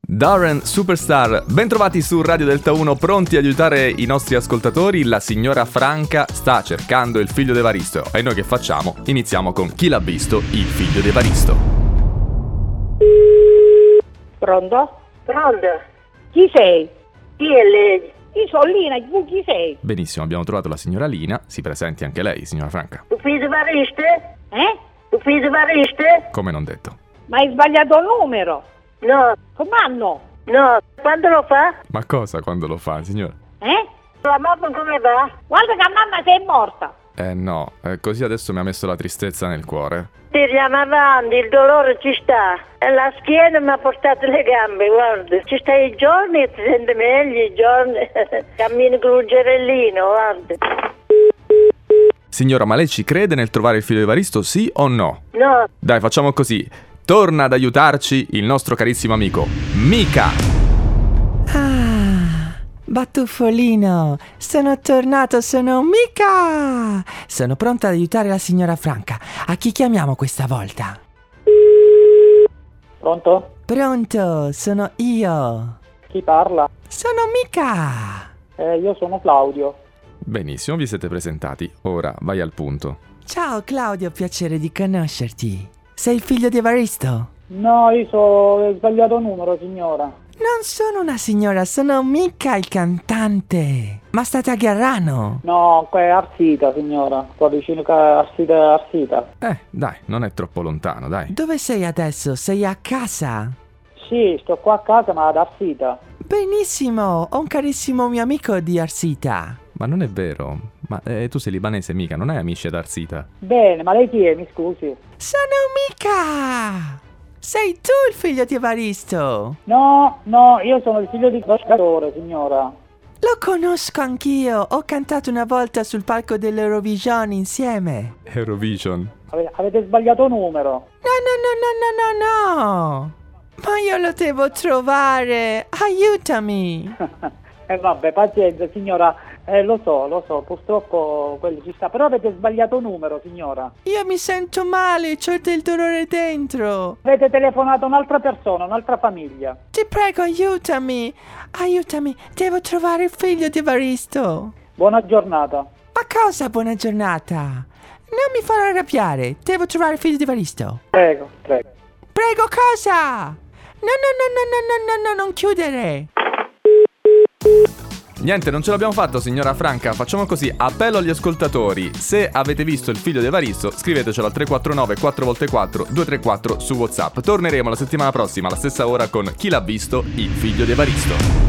Darren Superstar, bentrovati su Radio Delta 1, pronti ad aiutare i nostri ascoltatori. La signora Franca sta cercando il figlio d'Evaristo. E noi che facciamo? Iniziamo con Chi l'ha visto? Il figlio d'Evaristo. Pronto? Pronto? Chi sei? Chi è lei? Chi sono Lina? Tu chi sei? Benissimo, abbiamo trovato la signora Lina. Si presenti anche lei, signora Franca. Tu figlio di Variste? Eh? Tu figlio di Variste? Come non detto. Ma hai sbagliato il numero. No, Comando. no. Quando lo fa? Ma cosa quando lo fa, signora? Eh? La mamma come va? Guarda che mamma sei morta. Eh no, eh, così adesso mi ha messo la tristezza nel cuore. Tiriamo avanti, il dolore ci sta. E La schiena mi ha portato le gambe, guarda. Ci stai i giorni e ti senti meglio i giorni. Cammini con l'ugerellino, guarda. Signora, ma lei ci crede nel trovare il figlio d'Evaristo, sì o no? No, Dai, facciamo così. Torna ad aiutarci il nostro carissimo amico, Mika. Ah, Batuffolino, sono tornato, sono Mica! Sono pronta ad aiutare la signora Franca. A chi chiamiamo questa volta? Pronto? Pronto, sono io. Chi parla? Sono Mica! Eh, io sono Claudio. Benissimo, vi siete presentati. Ora vai al punto. Ciao Claudio, piacere di conoscerti. Sei il figlio di Evaristo? No, io ho sbagliato numero, signora. Non sono una signora, sono Mica il cantante. Ma state a Garrano? No, qua è Arsita, signora. Qua vicino a Arsita, Arsita. Eh, dai, non è troppo lontano, dai. Dove sei adesso? Sei a casa? Sì, sto qua a casa, ma ad Arsita. Benissimo, ho un carissimo mio amico di Arsita. Ma non è vero. Ma eh, tu sei libanese, mica, non hai amici ad Arsita. Bene, ma lei chi è? Mi scusi. Sono Mica! Sei tu il figlio di Evaristo! No, no, io sono il figlio di Coscatore, signora. Lo conosco anch'io! Ho cantato una volta sul palco dell'Eurovision insieme! Eurovision. Ave- avete sbagliato numero. No, no, no, no, no, no! Ma io lo devo trovare! Aiutami! E Eh, vabbè, pazienza signora, Eh, lo so, lo so, purtroppo quello ci sta, però avete sbagliato numero signora. Io mi sento male, ho del dolore dentro! Avete telefonato un'altra persona, un'altra famiglia. Ti prego, aiutami! Aiutami! Devo trovare il figlio di Evaristo! Buona giornata. Ma cosa, buona giornata! Non mi farò arrabbiare! Devo trovare il figlio di Evaristo! Prego, prego. Prego, cosa? No, no, no, no, no, no, no, no, non chiudere. Niente, non ce l'abbiamo fatto, signora Franca. Facciamo così, appello agli ascoltatori. Se avete visto il figlio di Evaristo, scrivetecelo al 349 4x4 234 su WhatsApp. Torneremo la settimana prossima alla stessa ora con Chi l'ha visto? Il figlio di Evaristo.